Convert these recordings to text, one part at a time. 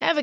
Ever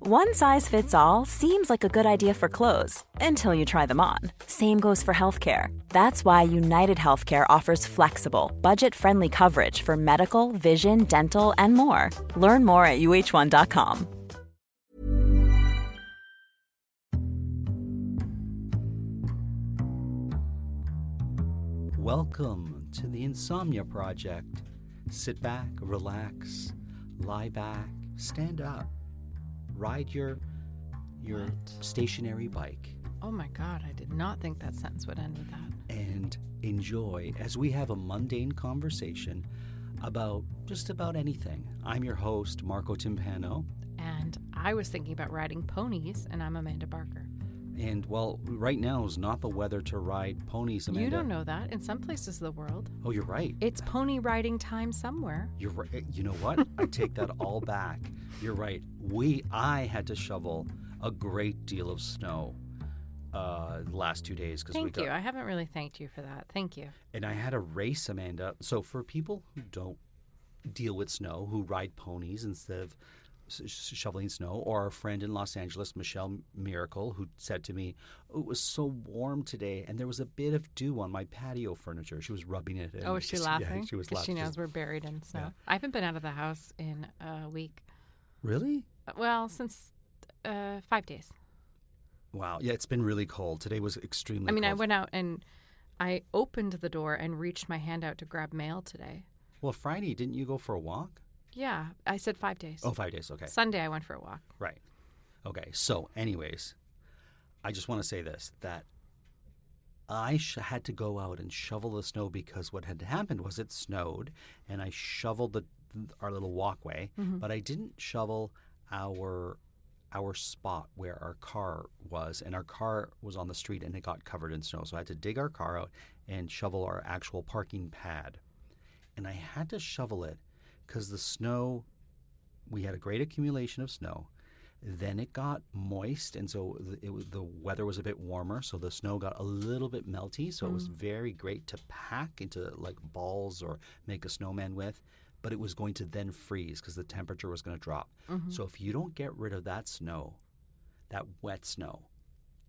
One size fits all seems like a good idea for clothes until you try them on. Same goes for healthcare. That's why United Healthcare offers flexible, budget friendly coverage for medical, vision, dental, and more. Learn more at uh1.com. Welcome to the Insomnia Project. Sit back, relax, lie back, stand up, ride your your What? stationary bike, Oh my god, I did not think that sentence would end with that. and enjoy as we have a mundane conversation about just about anything. I'm your host, Marco Timpano, And I was thinking about riding ponies, and I'm Amanda Barker. and well, right now is not the weather to ride ponies. Amanda. You don't know that. In some places of the world, Oh, you're right. it's pony riding time somewhere. You're right. You know what? I take that all back. You're right. We I had to shovel a great deal of snow uh the last two days because we Thank got you. I haven't really thanked you for that. Thank you. and I had a race, Amanda. So for people who don't deal with snow, who ride ponies instead of s- sh- shoveling snow, or our friend in Los Angeles, Michelle Miracle, who said to me, oh, "It was so warm today, and there was a bit of dew on my patio furniture." She was rubbing it. in. oh, is she Yeah, laughing? she was 'Cause laughing. She She's- knows we're buried in snow. Yeah. I haven't been out of the house in a week. really. Uh, Well, since uh, five days. Wow. Yeah, it's been really cold. Today was extremely I mean, I cold. went out and I opened the door and reached my hand out to grab mail today. Well, Friday, didn't you go for a walk? Yeah, I said five days. Oh, five days. Okay. Sunday, I went for a walk. Right. Okay. So, anyways, I just want to say this that I sh- had to go out and shovel the snow because what had happened was it snowed and I shoveled the our little walkway, but I didn't shovel our our spot where our car was and our car was on the street and it got covered in snow. So I had to dig our car out and shovel our actual parking pad. And I had to shovel it cuz the snow we had a great accumulation of snow. Then it got moist, and so th- it was, the weather was a bit warmer, so the snow got a little bit melty. So it was very great to pack into like balls or make a snowman with, but it was going to then freeze because the temperature was going to drop. So if you don't get rid of that snow, that wet snow,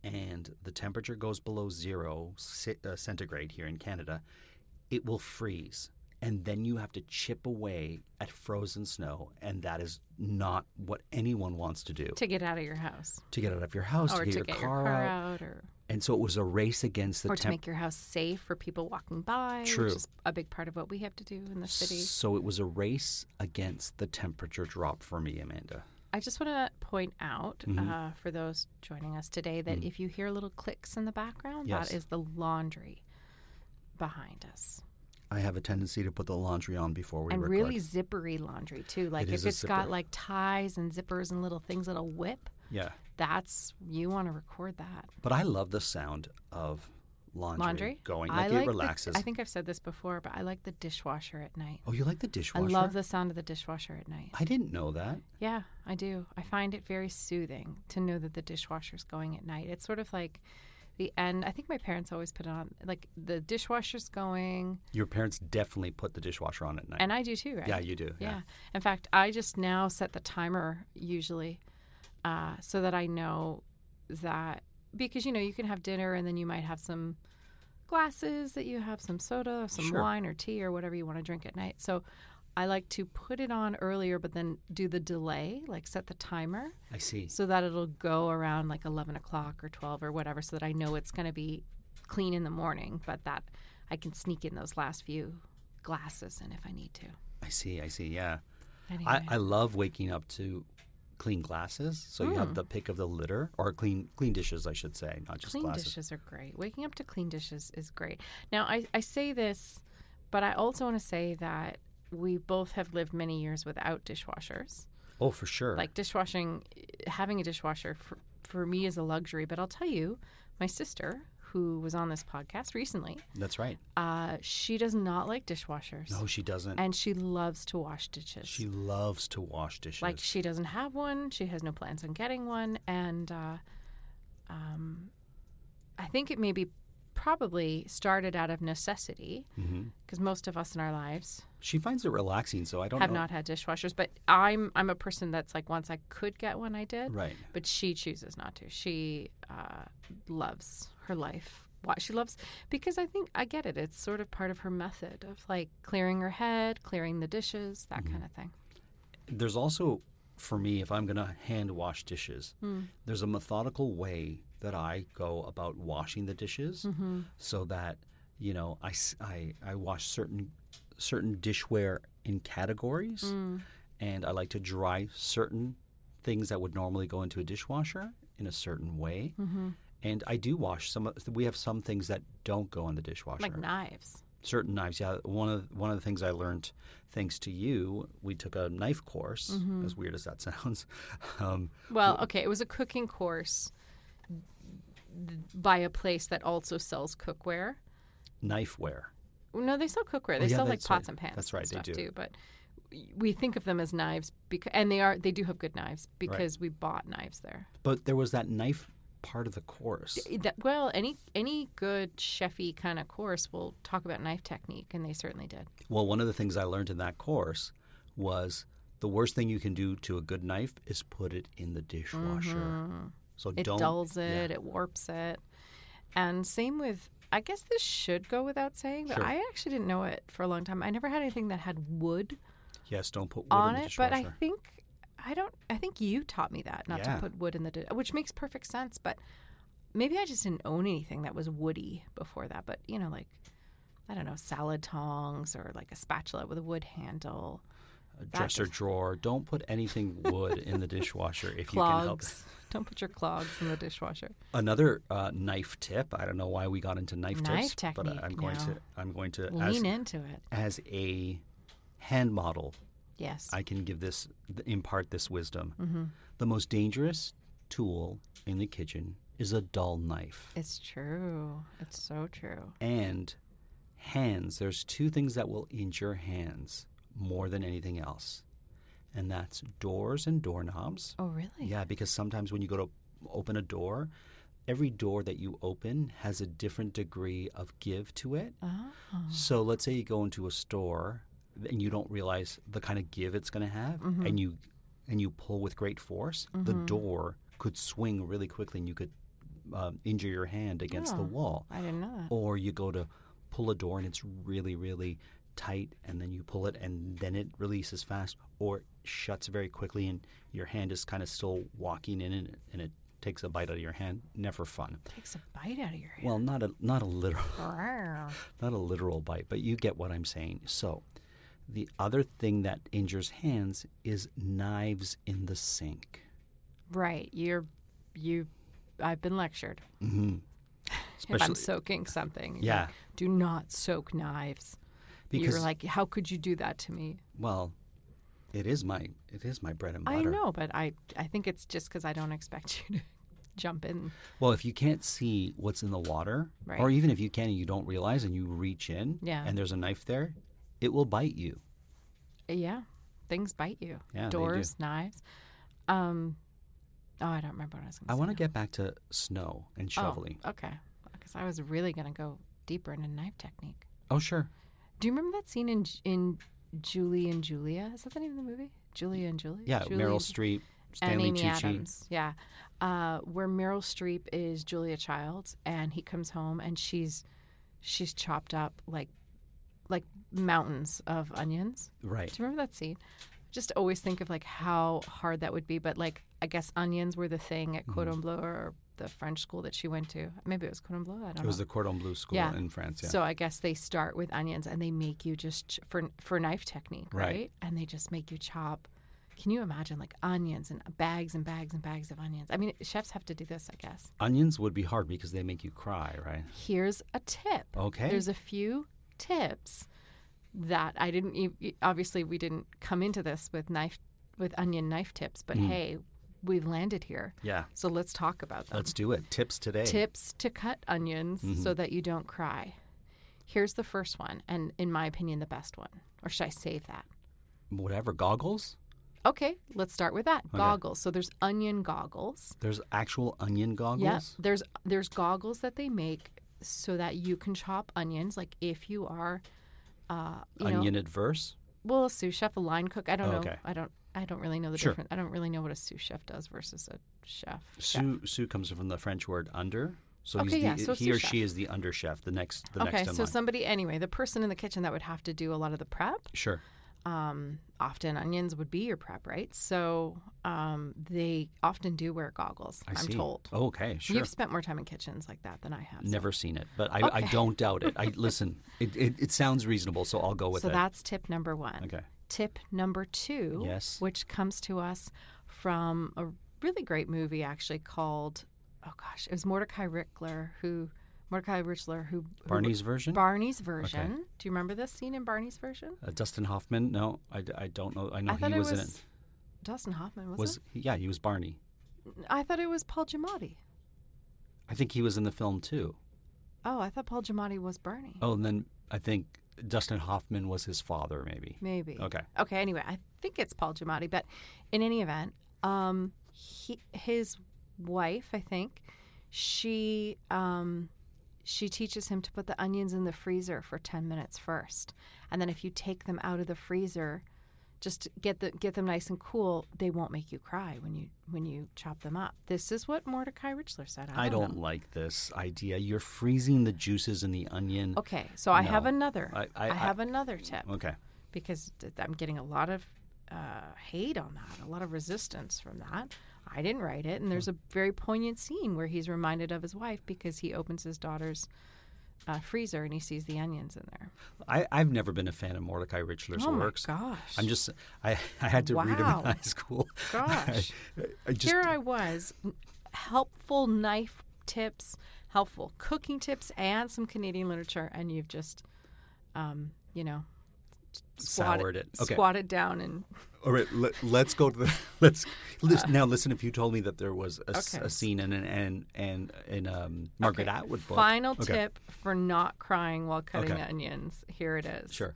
and the temperature goes below zero c- uh, centigrade here in Canada, it will freeze. And then you have to chip away at frozen snow. And that is not what anyone wants to do To get out of your house. to get out of your house, or Oh, to get, to your, get car your car out. out, or, And so it was a race against the or to temp- make your house safe for people walking by. True. Which is a big part of what we have to do in the city. So it was a race against the temperature drop for me, Amanda. I just want to point out Mm-hmm. uh, for those joining us today that if you hear little clicks in the background, Mm. Yes. that is the laundry behind us. I have a tendency to put the laundry on before we and record. really zippery laundry, too. Like It is if a it's got zipper. like ties and zippers and little things that'll whip, yeah. that's, you want to record that. But I love the sound of laundry, going. I Like, like it the- relaxes. I think I've said this before, but I like the dishwasher at night. oh, you like the dishwasher? I love the sound of the dishwasher at night. I didn't know that. Yeah, I do. I find it very soothing to know that the dishwasher's going at night. It's sort of like the end. I think my parents always put it on, like the dishwasher's going, Your parents definitely put the dishwasher on at night. and I do too, right? Yeah, you do, yeah. In fact, I just now set the timer usually uh, so that I know that because you know you can have dinner and then you might have some glasses that you have some soda, or some Sure. wine or tea or whatever you want to drink at night. So I like to put it on earlier, but then do the delay, like set the timer I see. so that it'll go around like 11 o'clock or 12 or whatever so that i know it's going to be clean in the morning but that i can sneak in those last few glasses in if i need to I see. I see. Yeah. anyway I, I love waking up to clean glasses. So you Mm. have the pick of the litter or clean clean dishes, I should say, not just clean glasses. dishes are great waking up to clean dishes is great now i, I say this but i also want to say that we both have lived many years without dishwashers Oh, for sure. like dishwashing eh, having a dishwasher for, for me is a luxury. But I'll tell you, my sister, who was on this podcast recently, That's right. uh, she does not like dishwashers. No, she doesn't. And she loves to wash dishes. she loves to wash dishes. like she doesn't have one. She has no plans on getting one, and uh, um, I think it maybe probably started out of necessity Mhm. because most of us in our lives She finds it relaxing, so I don't have know. not had dishwashers. But I'm I'm a person that's like once I could get one, I did. Right. But she chooses not to. She uh, loves her life. Why she loves because I think I get it. It's sort of part of her method of like clearing her head, clearing the dishes, that Mm-hmm. kind of thing. There's also, for me, if I'm going to hand wash dishes, there's a methodical way that I go about washing the dishes so that, you know, I, s- I- I wash certain, certain dishware in categories and I like to dry certain things that would normally go into a dishwasher in a certain way. And I do wash some. of- We have some things that don't go in the dishwasher. Like knives. certain knives. Yeah, one of one of the things I learned thanks to you, we took a knife course. Mm-hmm. As weird as that sounds, um, Well, okay, it was a cooking course by a place that also sells cookware. knifeware. No, they sell cookware. They Oh, yeah, sell like that's pots right. and pans. That's right, and they stuff do. Too, but we think of them as knives because, and they are they do have good knives because we bought knives there. But there was that knife part of the course. That, well, any any good chefy kind of course will talk about knife technique, and they certainly did. Well, one of the things I learned in that course was the worst thing you can do to a good knife is put it in the dishwasher. So Mm-hmm. It don't dulls yeah. it, it warps it, and same with. I guess this should go without saying, but Sure. I actually didn't know it for a long time. I never had anything that had wood Yes, don't put wood on in the it, dishwasher. but I think I don't. I think you taught me that not Yeah. to put wood in the, di- which makes perfect sense. But maybe I just didn't own anything that was woody before that. But you know, like I don't know, salad tongs or like a spatula with a wood handle, a dresser drawer. Don't put anything wood in the dishwasher if you can help. clogs. Don't put your clogs in the dishwasher. Another uh, knife tip. I don't know why we got into knife, Knife tips, but I- I'm technique going now. to. I'm going to as, Lean into it. as a hand model. Yes. I can give this impart this wisdom. Mm-hmm. The most dangerous tool in the kitchen is a dull knife it's true. It's so true. and hands. There's two things that will injure hands more than anything else, and that's doors and doorknobs. Oh, really? Yeah, because sometimes when you go to open a door, every door that you open has a different degree of give to it. Oh. So let's say you go into a store and you don't realize the kind of give it's going to have and you and you pull with great force, the door could swing really quickly and you could um, injure your hand against the Oh, wall. I didn't know that. Or you go to pull a door and it's really really tight and then you pull it and then it releases fast or shuts very quickly and your hand is kind of still walking in and, and it takes a bite out of your hand. Never fun. Takes a bite out of your hand. Well, not a not a literal Wow. not a literal bite, but you get what I'm saying. So, the other thing that injures hands is knives in the sink. Right. You're you I've been lectured. hmm if Especially- I'm soaking something. you're Yeah. like, do not soak knives. Because You're like, how could you do that to me? well, it is my it is my bread and butter. I know, but I I think it's just because I don't expect you to jump in. Well, if you can't see what's in the water, Right. or even if you can and you don't realize and you reach in, Yeah. and there's a knife there, it will bite you. Yeah, things bite you. Yeah, they do. Doors, knives. Um, oh, I don't remember what I was going to I say. want to now. get back to snow and Oh, shoveling. okay, because I was really going to go deeper into knife technique. Oh, sure. Do you remember that scene in in Julie and Julia? Is that the name of the movie? Julia and Julie. Yeah, Julie Meryl and- Streep, Stanley and Amy Tucci. Adams. Yeah, uh, where Meryl Streep is Julia Childs, and he comes home and she's she's chopped up like like mountains of onions. Right. Do you remember that scene? Just always think of like how hard that would be, but like I guess onions were the thing Mm-hmm. at Cordon Bleu or the French school that she went to. Maybe it was Cordon Bleu. I don't know. It was the Cordon Bleu school Yeah. in France. Yeah. So I guess they start with onions and they make you just ch- for for knife technique, right? Right. And they just make you chop. Can you imagine like onions and bags and bags and bags of onions? I mean, chefs have to do this, I guess. Onions would be hard because they make you cry, right? Here's a tip. Okay. There's a few tips that I didn't e- e- obviously we didn't come into this with knife with onion knife tips, but hey, we've landed here. Hmm. Yeah. So let's talk about them. Let's do it. Tips today. Tips to cut onions Mm-hmm. so that you don't cry. Here's the first one, and in my opinion, the best one. Or should I save that? Whatever. Goggles? Okay, let's start with that. Goggles. So there's onion goggles. There's actual onion goggles? Yeah, there's there's goggles that they make so that you can chop onions. Like if you are, uh, you know, Onion adverse? well, a sous chef, a line cook. I don't Oh, know. okay. I don't. I don't really know the Sure. difference. I don't really know what a sous chef does versus a chef. Sue Sue comes from the French word under. So, he's Okay, yeah, the, so he or sous chef. she is the under chef, the next the okay, next in so line. somebody anyway, the person in the kitchen that would have to do a lot of the prep. Sure. Um, often onions would be your prep, right? So um, they often do wear goggles. I am see. told. Oh, okay, sure. You've spent more time in kitchens like that than I have. so- Never seen it, but I, I Okay. don't doubt it. I listen. It, it, it sounds reasonable, so I'll go with so it. that's tip number one. Okay. Tip number two, Yes. which comes to us from a really great movie actually called, oh gosh, it was Mordecai Rickler who, Mordecai Richler who, who- Barney's version. Barney's version. Do you remember this scene in Barney's version? uh, Dustin Hoffman. No, I, d- I don't know. I know I thought he it was, in was- it. Dustin Hoffman was, Was it? yeah, he was Barney. I thought it was Paul Giamatti. I think he was in the film too. Oh, I thought Paul Giamatti was Barney. Oh, and then I think Dustin Hoffman was his father, maybe. Maybe. Okay. Okay. Anyway, I think it's Paul Giamatti, but in any event, um, he, his wife, I think, she um, she teaches him to put the onions in the freezer for ten minutes first, and then if you take them out of the freezer, just get the get them nice and cool. They won't make you cry when you when you chop them up. This is what Mordecai Richler said. I I don't, don't know. like this idea. You're freezing the juices in the onion. Okay, so I have No. another. I- I- I- have another tip. Okay. because th- I'm getting a lot of uh, hate on that, a lot of resistance from that. I didn't write it, and there's Hmm. a very poignant scene where he's reminded of his wife because he opens his daughter's uh, freezer and he sees the onions in there. I, I've never been a fan of Mordecai Richler's oh works. my gosh! I'm just I, I had to read him Wow. in high school. Gosh. I, I just here I was, n- helpful knife tips, helpful cooking tips, and some Canadian literature, and you've just, um, you know, squatted, Soured it. Okay. squatted down and All right, let, let's go to the let's lis- now listen. If you told me that there was a, s- Uh. Okay. a scene in an and and in um, Margaret Okay, Atwood book, Final Okay, tip for not crying while cutting Okay. onions. Here it is. sure,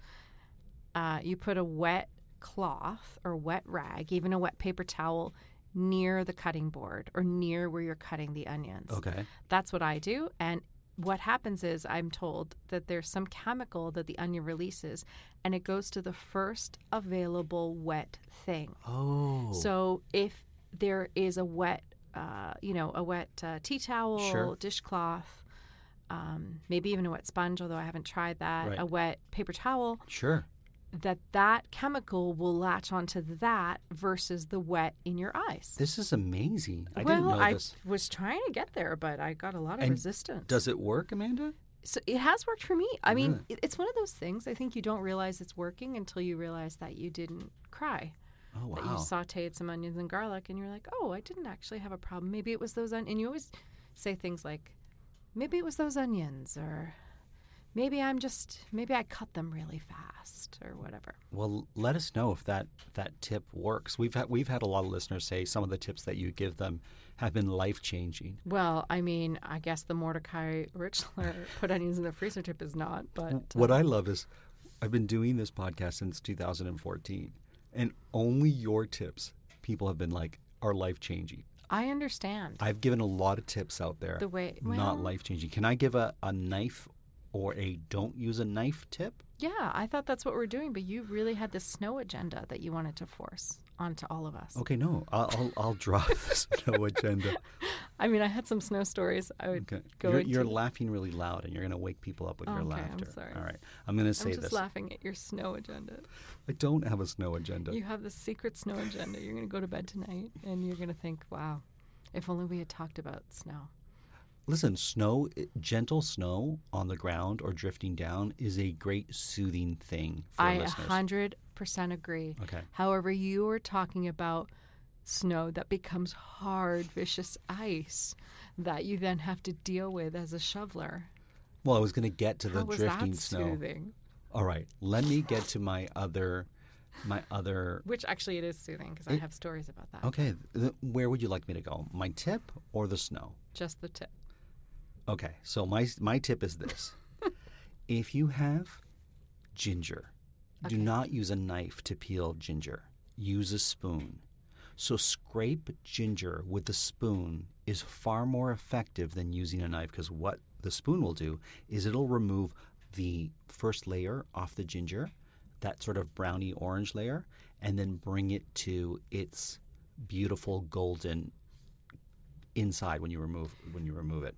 Uh, you put a wet cloth or wet rag, even a wet paper towel, near the cutting board or near where you're cutting the onions. okay, That's what I do. And what happens is I'm told that there's some chemical that the onion releases and it goes to the first available wet thing. oh, So if there is a wet, uh, you know, a wet uh, tea towel, Sure. dishcloth, um, maybe even a wet sponge, although I haven't tried that, Right. a wet paper towel, sure, that that chemical will latch onto that versus the wet in your eyes. this is amazing. I well, didn't know I this. was trying to get there, but I got a lot of And resistance. Does it work, Amanda? so it has worked for me. I mean, it it's one of those things. I think you don't realize it's working until you realize that you didn't cry Oh that you wow, sauteed some onions and garlic and you're like, oh, I didn't actually have a problem. Maybe it was those onions. And you always say things like, maybe it was those onions or maybe I'm just, maybe I cut them really fast or whatever. Well, let us know if that that tip works. We've had we've had a lot of listeners say some of the tips that you give them have been life changing. Well, I mean, I guess the Mordecai Richler put onions in the freezer tip is not, but What I love is I've been doing this podcast since 2014, and only your tips people have been like are life changing. I understand. I've given a lot of tips out there. The way- not well- life changing. Can I give a, a knife or a don't use a knife tip? yeah, I thought that's what we're doing, but you really had this snow agenda that you wanted to force onto all of us. Okay, no, I'll I'll, I'll drop this no agenda. I mean, I had some snow stories. I would Okay, go you're, into. you're laughing really loud, and you're going to wake people up with your Okay, I'm laughter. sorry. All right, I'm going to I'm say just this. laughing at your snow agenda. I don't have a snow agenda. You have the secret snow agenda. You're going to go to bed tonight and you're going to think, wow, if only we had talked about snow. Listen, snow, eh, gentle snow on the ground or drifting down is a great soothing thing for I listeners. 100% agree. Okay. However, you were talking about snow that becomes hard, vicious ice that you then have to deal with as a shoveler. well, I was going to get to the How was drifting that snow. soothing? All right, let me get to my other my other. Which actually it is soothing because I It- have stories about that. Okay, th- where would you like me to go? My tip or the snow? Just the tip. Okay, so my my tip is this: if you have ginger, do not use a knife to peel ginger. Use a spoon. So scrape ginger with the spoon is far more effective than using a knife because what the spoon will do is it'll remove the first layer off the ginger, that sort of browny orange layer, and then bring it to its beautiful golden inside when you remove when you remove it.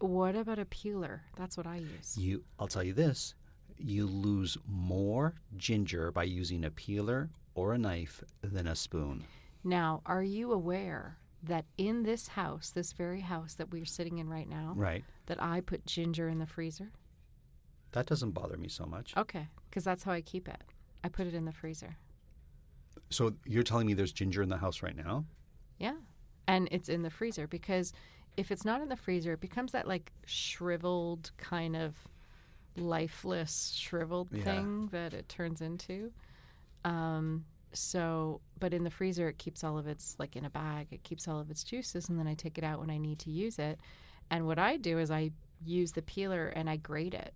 What about a peeler? That's what I use. You, I'll tell you this: you lose more ginger by using a peeler or a knife than a spoon. Now, are you aware that in this house, this very house that we're sitting in right now, Right. that I put ginger in the freezer? That doesn't bother me so much. Okay, because that's how I keep it. I put it in the freezer. So you're telling me there's ginger in the house right now? Yeah. And it's in the freezer because if it's not in the freezer, it becomes that like shriveled kind of lifeless shriveled Yeah. thing that it turns into. Um so but in the freezer it keeps all of its like in a bag, it keeps all of its juices and then I take it out when I need to use it. And what I do is I use the peeler and I grate it.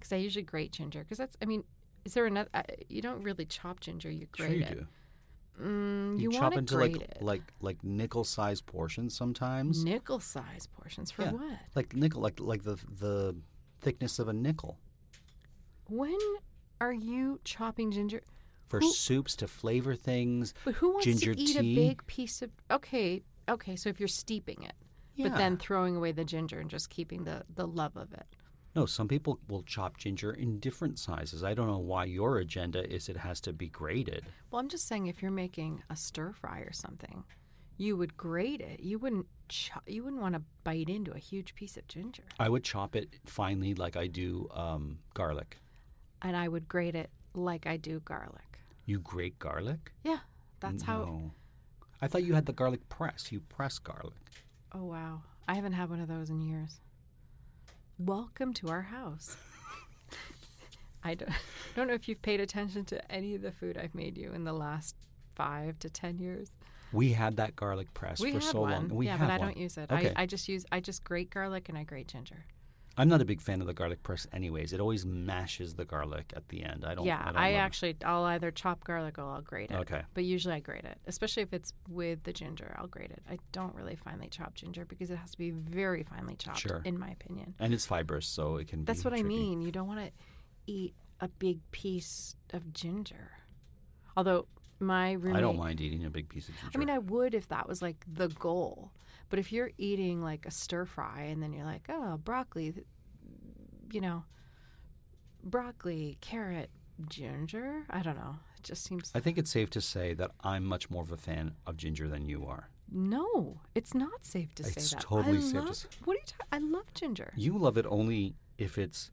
Cuz I usually grate ginger cuz that's I mean is there another? I you don't really chop ginger. You grate sure, you it. do. Mm, you chop wanna into grate like it. like like nickel-sized portions sometimes. Nickel size portions for Yeah, what? Like nickel, like like the the thickness of a nickel When are you chopping ginger? for Who- soups to flavor things. But who wants ginger to eat tea. a big piece of? Okay, okay. So if you're steeping it, but then Yeah. throwing away the ginger and just keeping the the love of it. No, some people will chop ginger in different sizes. I don't know why your agenda is it has to be grated. Well, I'm just saying, if you're making a stir fry or something, you would grate it. You wouldn't. Chop, you wouldn't want to bite into a huge piece of ginger. I would chop it finely, like I do um, garlic. And I would grate it like I do garlic. You grate garlic? Yeah, that's how. No. I thought you had the garlic press. You press garlic. Oh wow, I haven't had one of those in years. Welcome to our house. I don't, don't know if you've paid attention to any of the food I've made you in the last five to ten years. We had that garlic press we for had so one, long. We yeah, have but I one. don't use it. Okay. I, I just use I just grate garlic and I grate ginger. am not a big fan of the garlic press, anyways. It always mashes the garlic at the end. I don't. yeah, I, don't I, love it. actually I'll either chop garlic or I'll grate it. Okay. but usually I grate it, especially if it's with the ginger. I'll grate it. I don't really finely chop ginger because it has to be very finely chopped, Sure. in my opinion. And it's fibrous, so it can. That's be what I tricky. mean. You don't want to eat a big piece of ginger. Although my roommate, I don't mind eating a big piece of ginger. I mean, I would if that was like the goal. But if you're eating like a stir fry and then you're like, oh, broccoli, th- you know, broccoli, carrot, ginger. I don't know. It just seems I think it's safe to say that I'm much more of a fan of ginger than you are. no. It's not safe to It's say that. totally I safe to love, say- What are you talking? I love ginger. You love it only if it's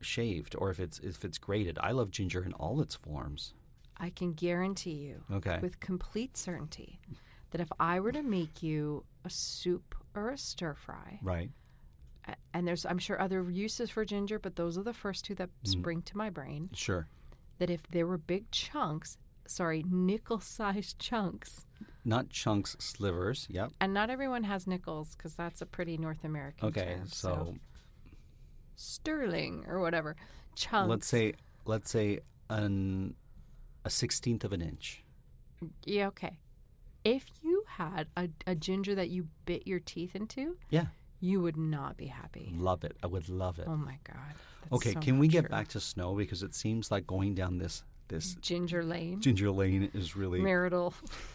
shaved or if it's if it's grated. I love ginger in all its forms. I can guarantee you Okay. with complete certainty that if I were to make you a soup or a stir fry, Right. a- and there's I'm sure other uses for ginger, but those are the first two that Mm. spring to my brain, Sure. that if there were big chunks, sorry, nickel-sized chunks, Not chunks, slivers. Yep. and not everyone has nickels because that's a pretty North American Okay. term, So, sterling or whatever chunks. let's say let's say an a sixteenth of an inch. yeah, okay. If you had a, a ginger that you bit your teeth into, Yeah. you would not be happy. Love it. I would love it. Oh my god. That's okay. so can we not get true. back to snow because it seems like going down this this Ginger Lane? ginger lane is really marital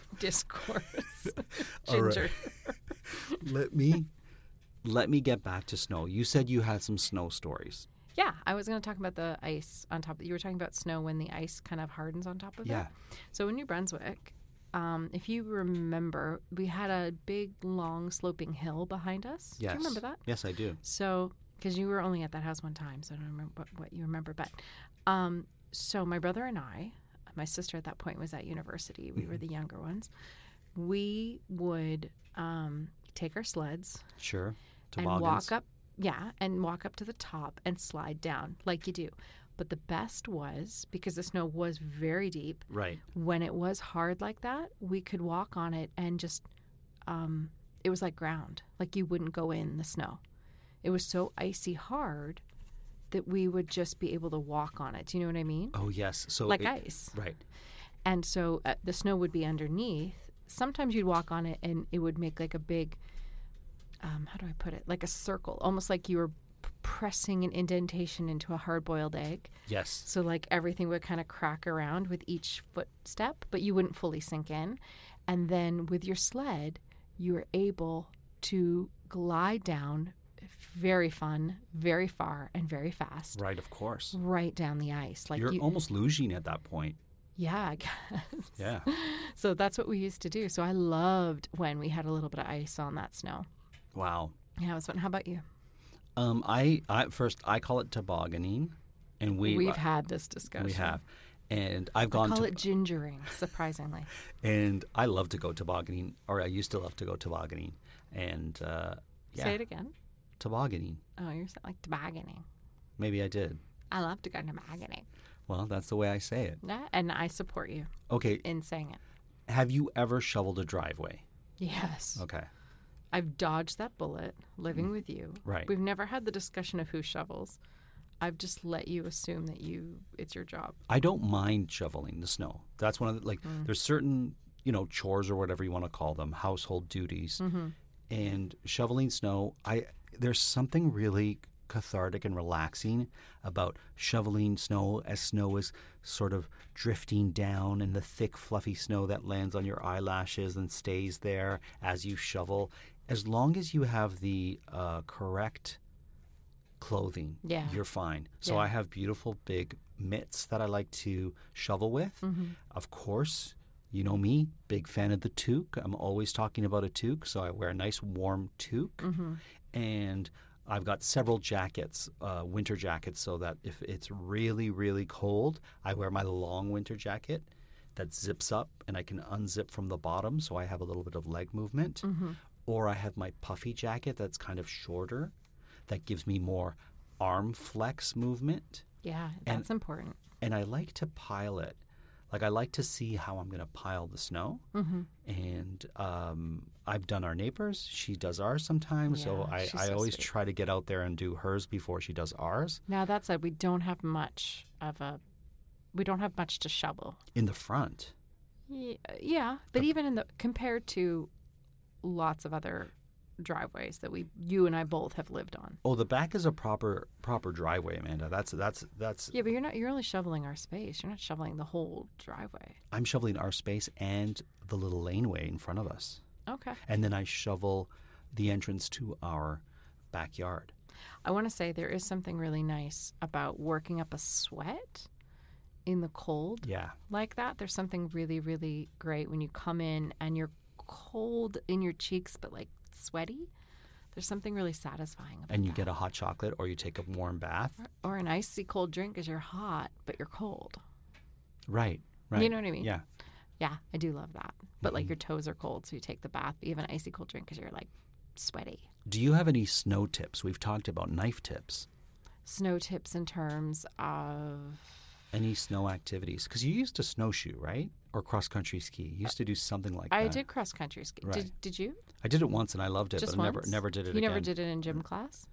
discourse. All right. Ginger. let me let me get back to snow. You said you had some snow stories. Yeah, I was going to talk about the ice on top. You were talking about snow when the ice kind of hardens on top of Yeah. it. So in New Brunswick, um, if you remember, we had a big, long, sloping hill behind us. Yes. Do you remember that? Yes, I do. So, because you were only at that house one time, so I don't remember what, what you remember. But, um, so my brother and I, my sister at that point was at university. We were the younger ones. We would um, take our sleds Sure. and Toboggans. walk up. Yeah, and walk up to the top and slide down like you do. But the best was because the snow was very deep. Right. When it was hard like that, we could walk on it and just, um, it was like ground. Like you wouldn't go in the snow. It was so icy hard that we would just be able to walk on it. Do you know what I mean? Oh yes. So Like it- ice. Right. And so uh, the snow would be underneath. Sometimes you'd walk on it and it would make like a big, um, how do I put it? Like a circle, almost like you were p- pressing an indentation into a hard boiled egg. Yes. So like everything would kind of crack around with each footstep, but you wouldn't fully sink in. And then with your sled, you were able to glide down very fun, very far, and very fast. Right. Of course. Right down the ice, Mm, like You're you, almost losing at that point. yeah, I guess. Yeah. So that's what we used to do. So I loved when we had a little bit of ice on that snow. wow. Yeah, it was fun. How about you? Um, I, I first I call it tobogganing, and we We've had this discussion. we have, and I've I gone call to it gingering, surprisingly. and I love to go tobogganing, or I used to love to go tobogganing, and uh, yeah, Say it again. tobogganing. Oh, you're so- like tobogganing. Maybe I did. I love to go tobogganing. Well, that's the way I say it. Yeah, and I support you Okay. in saying it. Have you ever shoveled a driveway? Yes. Okay. Mm. I've dodged that bullet living with you. Right. We've never had the discussion of who shovels. I've just let you assume that you it's your job. I don't mind shoveling the snow. That's one of the like there's certain, you know, chores or whatever you want to call them, household duties. And shoveling snow, I there's something really cathartic and relaxing about shoveling snow as snow is sort of drifting down in the thick fluffy snow that lands on your eyelashes and stays there as you shovel. As long as you have the uh, correct clothing, Yeah. you're fine. So Yeah. I have beautiful big mitts that I like to shovel with. Mm-hmm. Of course, you know me, big fan of the toque. I'm always talking about a toque, so I wear a nice warm toque. Mm-hmm. And I've got several jackets, uh, winter jackets, so that if it's really, really cold, I wear my long winter jacket that zips up and I can unzip from the bottom, so I have a little bit of leg movement. Mm-hmm. Or I have my puffy jacket that's kind of shorter that gives me more arm flex movement. Yeah, that's important. And I like to pile it. Like, I like to see how I'm going to pile the snow. Mm-hmm. And um, I've done our neighbors. She does ours sometimes. so Yeah, I, she's I so always sweet. try to get out there and do hers before she does ours Now that said, we don't have much of a we don't have much to shovel. in the front. Yeah, yeah but even in the compared to lots of other driveways that we you and I both have lived on. Oh, the back is a proper proper driveway, Amanda. That's that's that's. Yeah, but you're not you're only shoveling our space. You're not shoveling the whole driveway. I'm shoveling our space and the little laneway in front of us, Okay. and then I shovel the entrance to our backyard. I want to say there is something really nice about working up a sweat in the cold Yeah. like that. There's something really, really great when you come in and you're cold in your cheeks, but like sweaty. There's something really satisfying about and you that. get a hot chocolate or you take a warm bath. or an icy cold drink because you're hot, but you're cold. Right. You Right. know what I mean? Yeah. Yeah, I do love that. But Mm-hmm. like your toes are cold, so you take the bath, but you have an icy cold drink because you're like sweaty. Do you have any snow tips? We've talked about knife tips. Snow tips in terms of Any snow activities? Because you used to snowshoe, right? Or cross country ski. You used to do something like I that. did cross country ski. Did, Right. did you? I did it once and I loved it, Just but I once? never never did it You again. never did it in gym class.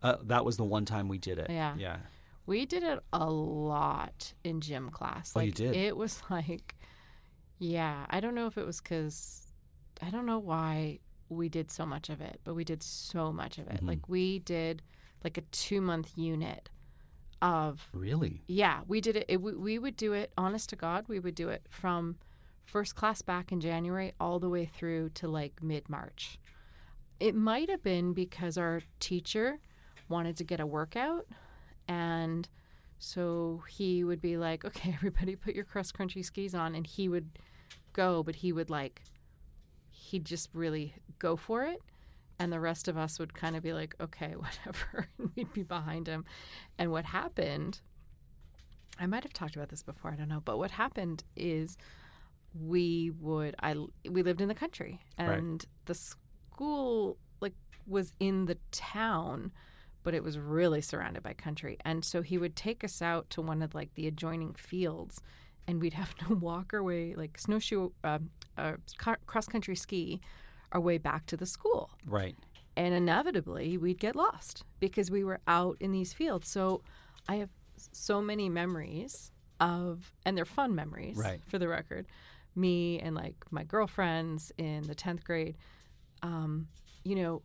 Uh, that was the one time we did it. Yeah. Yeah. We did it a lot in gym class. Oh, Like you did? it was like, yeah. I don't know if it was because I don't know why we did so much of it, but we did so much of it. Mm-hmm. Like we did like a two month unit of Really? Yeah, we did it. it we, we would do it, honest to God, we would do it from first class back in January all the way through to like mid March. It might have been because our teacher wanted to get a workout. And so he would be like, okay, everybody put your cross country skis on. And he would go, but he would like, he'd just really go for it. And the rest of us would kind of be like, okay, whatever. And we'd be behind him. And what happened I might have talked about this before. I don't know. But what happened is we would I we lived in the country Right. and the school like was in the town, but it was really surrounded by country. And so he would take us out to one of like the adjoining fields, and we'd have to walk our way like snowshoe, uh, uh, cross country ski, our way back to the school. Right. And inevitably, we'd get lost because we were out in these fields. So I have so many memories of, and they're fun memories, Right. for the record, me and like my girlfriends in the 10th grade, um, you know,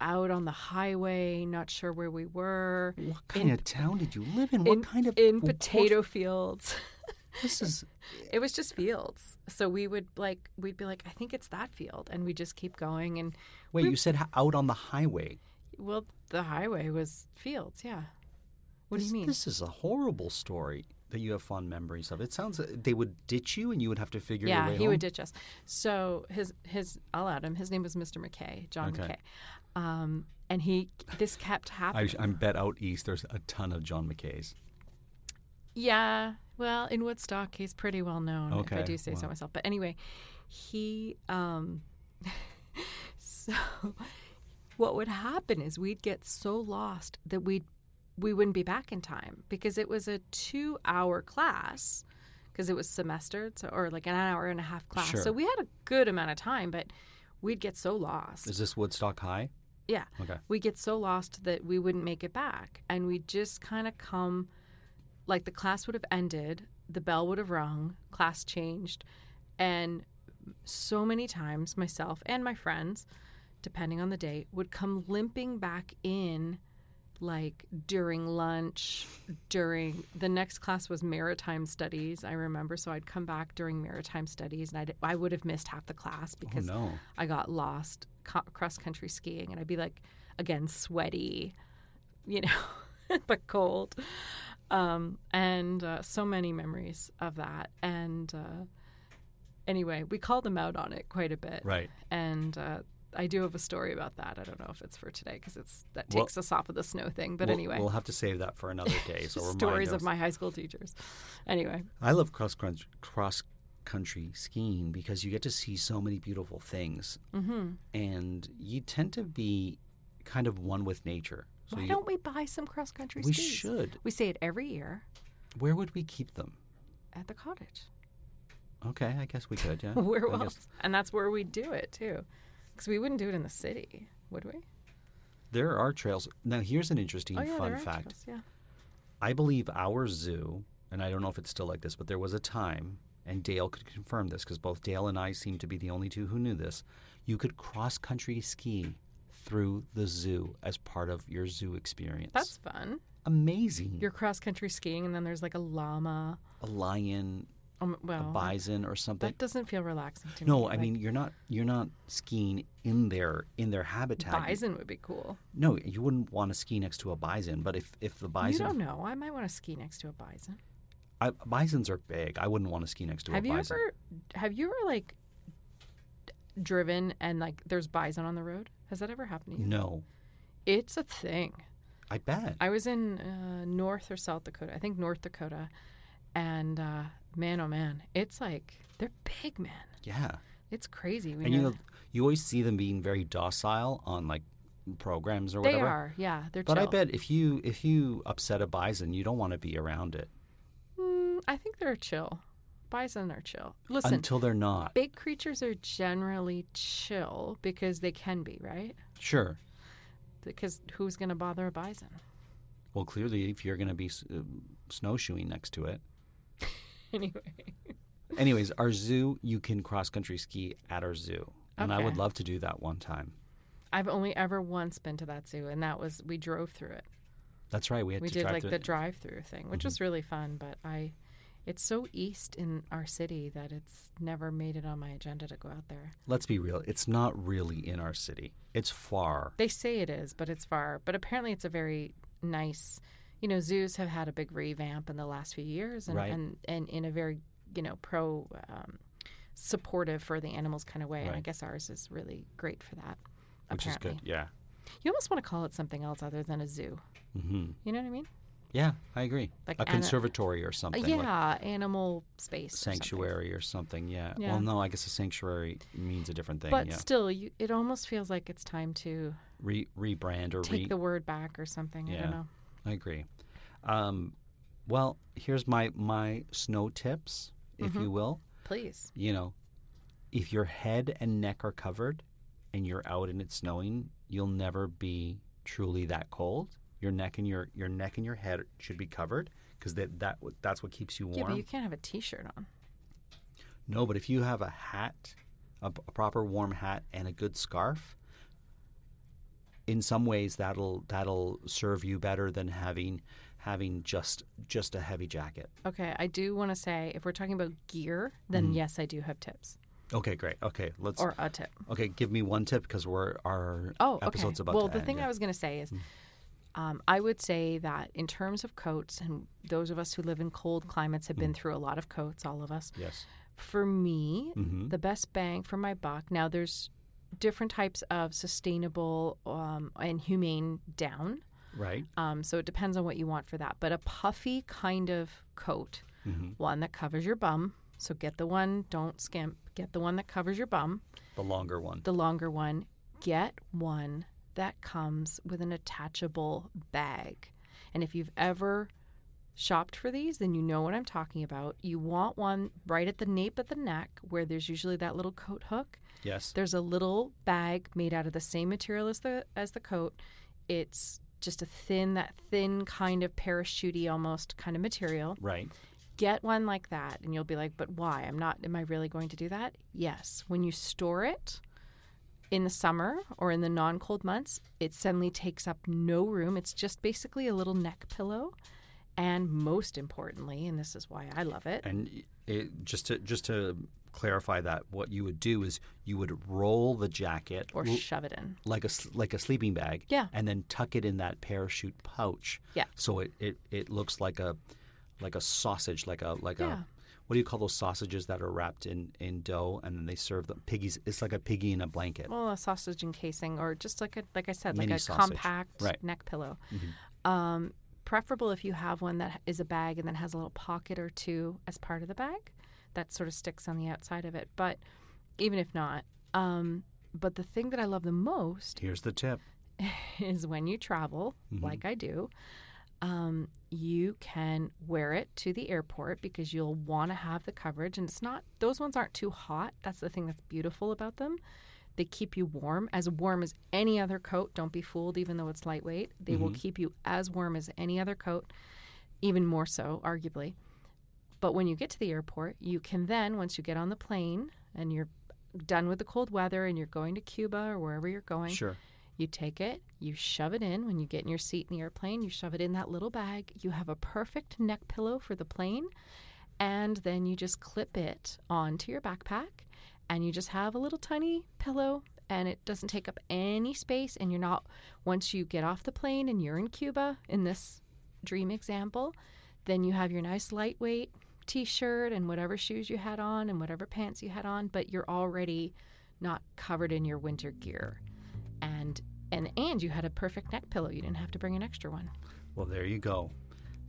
out on the highway, not sure where we were, What kind of town did you live in? What in, kind of in what- potato fields. This is it was just fields. So we would like, we'd be like, I think it's that field. And we just keep going. And wait. You said h- out on the highway. well, the highway was fields. Yeah. What this, do you mean? This is a horrible story that you have fond memories of. It sounds they would ditch you, and you would have to figure yeah, your way he home. would ditch us. So his his I'll add him. His name was Mr. McKay, John Okay. McKay, um, and he this kept I, happening. I bet out east there's a ton of John McKays. Yeah. Well, in Woodstock, he's pretty well known, if I Okay, do say so wow. myself. But anyway, he. Um, so, what would happen is we'd get so lost that we'd we wouldn't be back in time because it was a two-hour class because it was semestered, so or like an hour and a half class. Sure. So we had a good amount of time, but we'd get so lost. Is this Woodstock High? Oh, Yeah. Okay. We get so lost that we wouldn't make it back. And we just kind of come, like the class would have ended, the bell would have rung, class changed. And so many times, myself and my friends, depending on the day, would come limping back in like during lunch during the next class was maritime studies i remember so i'd come back during maritime studies and I'd, i would have missed half the class Oh because no. I got lost co- cross country skiing, and I'd be like, again, sweaty, you know, but cold. Um, and uh, so many memories of that. And uh, anyway, we called them out on it quite a bit. Right. And uh, I do have a story about that. I don't know if it's for today because it's that Well- takes us off of the snow thing. But We'll- anyway, we'll have to save that for another day. So remind stories us. of my high school teachers. Anyway, I love cross crunch, cross country skiing because you get to see so many beautiful things, mm-hmm. and you tend to be kind of one with nature. So why you, don't we buy some cross country? we should. We say it every year Where would we keep them? at the cottage. Okay, I guess we could. Yeah. where I guess- else? And that's where we do it too, because we wouldn't do it in the city, would we? There are trails. Now, here's an interesting oh yeah, fun there are fact. trails, Yeah. I believe our zoo, and I don't know if it's still like this, but there was a time, and Dale could confirm this because both Dale and I seem to be the only two who knew this. You could cross country ski through the zoo as part of your zoo experience. That's fun. amazing. You're cross country skiing, and then there's like a llama. a lion, Um, well, a bison, or something. that doesn't feel relaxing to me. No, I Like, mean you're not you're not skiing in their in their habitat. You- bison would be cool. No, you wouldn't want to ski next to a bison. But if if the bison, You don't know. I might want to ski next to a bison. I, bisons are big. I wouldn't want to ski next to have a you bison. ever? Have you ever like d- driven and like there's bison on the road? Has that ever happened to you? No, It's a thing. I bet. I was in uh, North or South Dakota, I think North Dakota, and uh, man, oh man, it's like they're big, man. yeah, It's crazy. when and you you're- know, you always see them being very docile on like programs or they whatever. are, yeah, they're. But I chill. bet if you if you upset a bison, you don't want to be around it Mm, I think they're chill. Bison are chill. Listen, until they're not. big creatures are generally chill because they can be, right? Sure. Because who's going to bother a bison? Well, clearly, if you're going to be s- uh, snowshoeing next to it. Anyway, Anyways, our zoo, you can cross country ski at our zoo. And I would Okay. love to do that one time. I've only ever once been to that zoo, and that was we drove through it. That's right. We had we to did drive like through- Mm-hmm. the drive-through thing which was really fun but i it's so east in our city that it's never made it on my agenda to go out there Let's be real. It's not really in our city. It's far. they say it is but it's far but apparently it's a very nice you know zoos have had a big revamp in the last few years and Right. and, and in a very you know pro um, supportive for the animals kind of way and i Right. guess ours is really great for that Which is apparently good. Yeah. you almost want to call it something else other than a zoo hmm you know what i mean Yeah, I agree. Like a ana- conservatory or Uh, something. like yeah animal space or something. sanctuary or something. Yeah. Yeah. Well, no, I guess a sanctuary means a different thing. But yeah. still, you, it almost feels like it's time to re- rebrand or Take re- the word back or something. I Yeah. don't know. I agree. Um, well, here's my my snow tips, if Mm-hmm. you will. Please. You know, if your head and neck are covered and you're out and it's snowing, you'll never be truly that cold. Your neck and your your neck and your head should be covered because that that w- that's what keeps you warm. Yeah, but you can't have a T-shirt on. No, but if you have a hat, a, p- a proper warm hat, and a good scarf, in some ways that'll that'll serve you better than having having just just a heavy jacket. Okay, I do want to say if we're talking about gear, then Mm. yes, I do have tips Okay, great. Okay, let's. or a tip. okay, give me one tip because we're our Oh, episode's okay. about. well, to the end, thing yeah. Mm. I was going to say is, um, I would say that in terms of coats, and those of us who live in cold climates have Mm. been through a lot of coats, all of us. Yes. For me, Mm-hmm. the best bang for my buck. Now, there's different types of sustainable um, and humane down. Right. Um, so it depends on what you want for that. But a puffy kind of coat, Mm-hmm. one that covers your bum. So get the one, don't skimp. Get the one that covers your bum, The longer one. the longer one. Get one that comes with an attachable bag. And if you've ever shopped for these, then you know what I'm talking about. You want one right at the nape of the neck where there's usually that little coat hook. yes. There's a little bag made out of the same material as the as the coat. It's just a thin, that thin kind of parachutey almost kind of material. Right. Get one like that, and you'll be like, "But why? I'm not. Am I really going to do that?" Yes. When you store it in the summer or in the non-cold months, it suddenly takes up no room. It's just basically a little neck pillow, and most importantly, and this is why I love it. And y- it, just to just to clarify that, what you would do is you would roll the jacket or l- shove it in. like a s- like a sleeping bag. Yeah. And then tuck it in that parachute pouch. Yeah. So it, it, it looks like a like a sausage, like a like Yeah. a what do you call those sausages that are wrapped in, in dough and then they serve them piggies? It's like a piggy in a blanket. well a sausage encasing or just like a like i said Mini like a sausage. compact Right. Mm-hmm. neck pillow um, preferable if you have one that is a bag and then has a little pocket or two as part of the bag that sort of sticks on the outside of it but even if not um, but the thing that i love the most Here's the tip. is when you travel, like I do, um, you can wear it to the airport because you'll want to have the coverage. And it's not, those ones aren't too hot. That's the thing that's beautiful about them. They keep you warm, as warm as any other coat. Don't be fooled, even though it's lightweight. They will keep you as warm as any other coat, even more so, arguably. But when you get to the airport, you can then, once you get on the plane and you're done with the cold weather and you're going to Cuba or wherever you're going, Sure. you take it, you shove it in when you get in your seat in the airplane, you shove it in that little bag. You have a perfect neck pillow for the plane, and then you just clip it onto your backpack and you just have a little tiny pillow and it doesn't take up any space and you're not once you get off the plane and you're in Cuba in this dream example, then you have your nice lightweight t-shirt and whatever shoes you had on and whatever pants you had on, but you're already not covered in your winter gear. And and and you had a perfect neck pillow. You didn't have to bring an extra one. Well, there you go.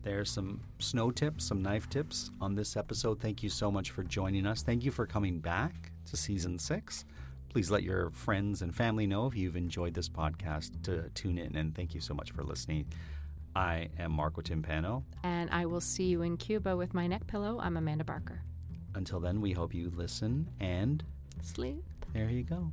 There's some snow tips, some knife tips on this episode. Thank you so much for joining us. Thank you for coming back to season six. Please let your friends and family know if you've enjoyed this podcast to tune in. And thank you so much for listening. I am Marco Timpano. And I will see you in Cuba with my neck pillow. I'm Amanda Barker. Until then, we hope you listen. And Sleep. there you go.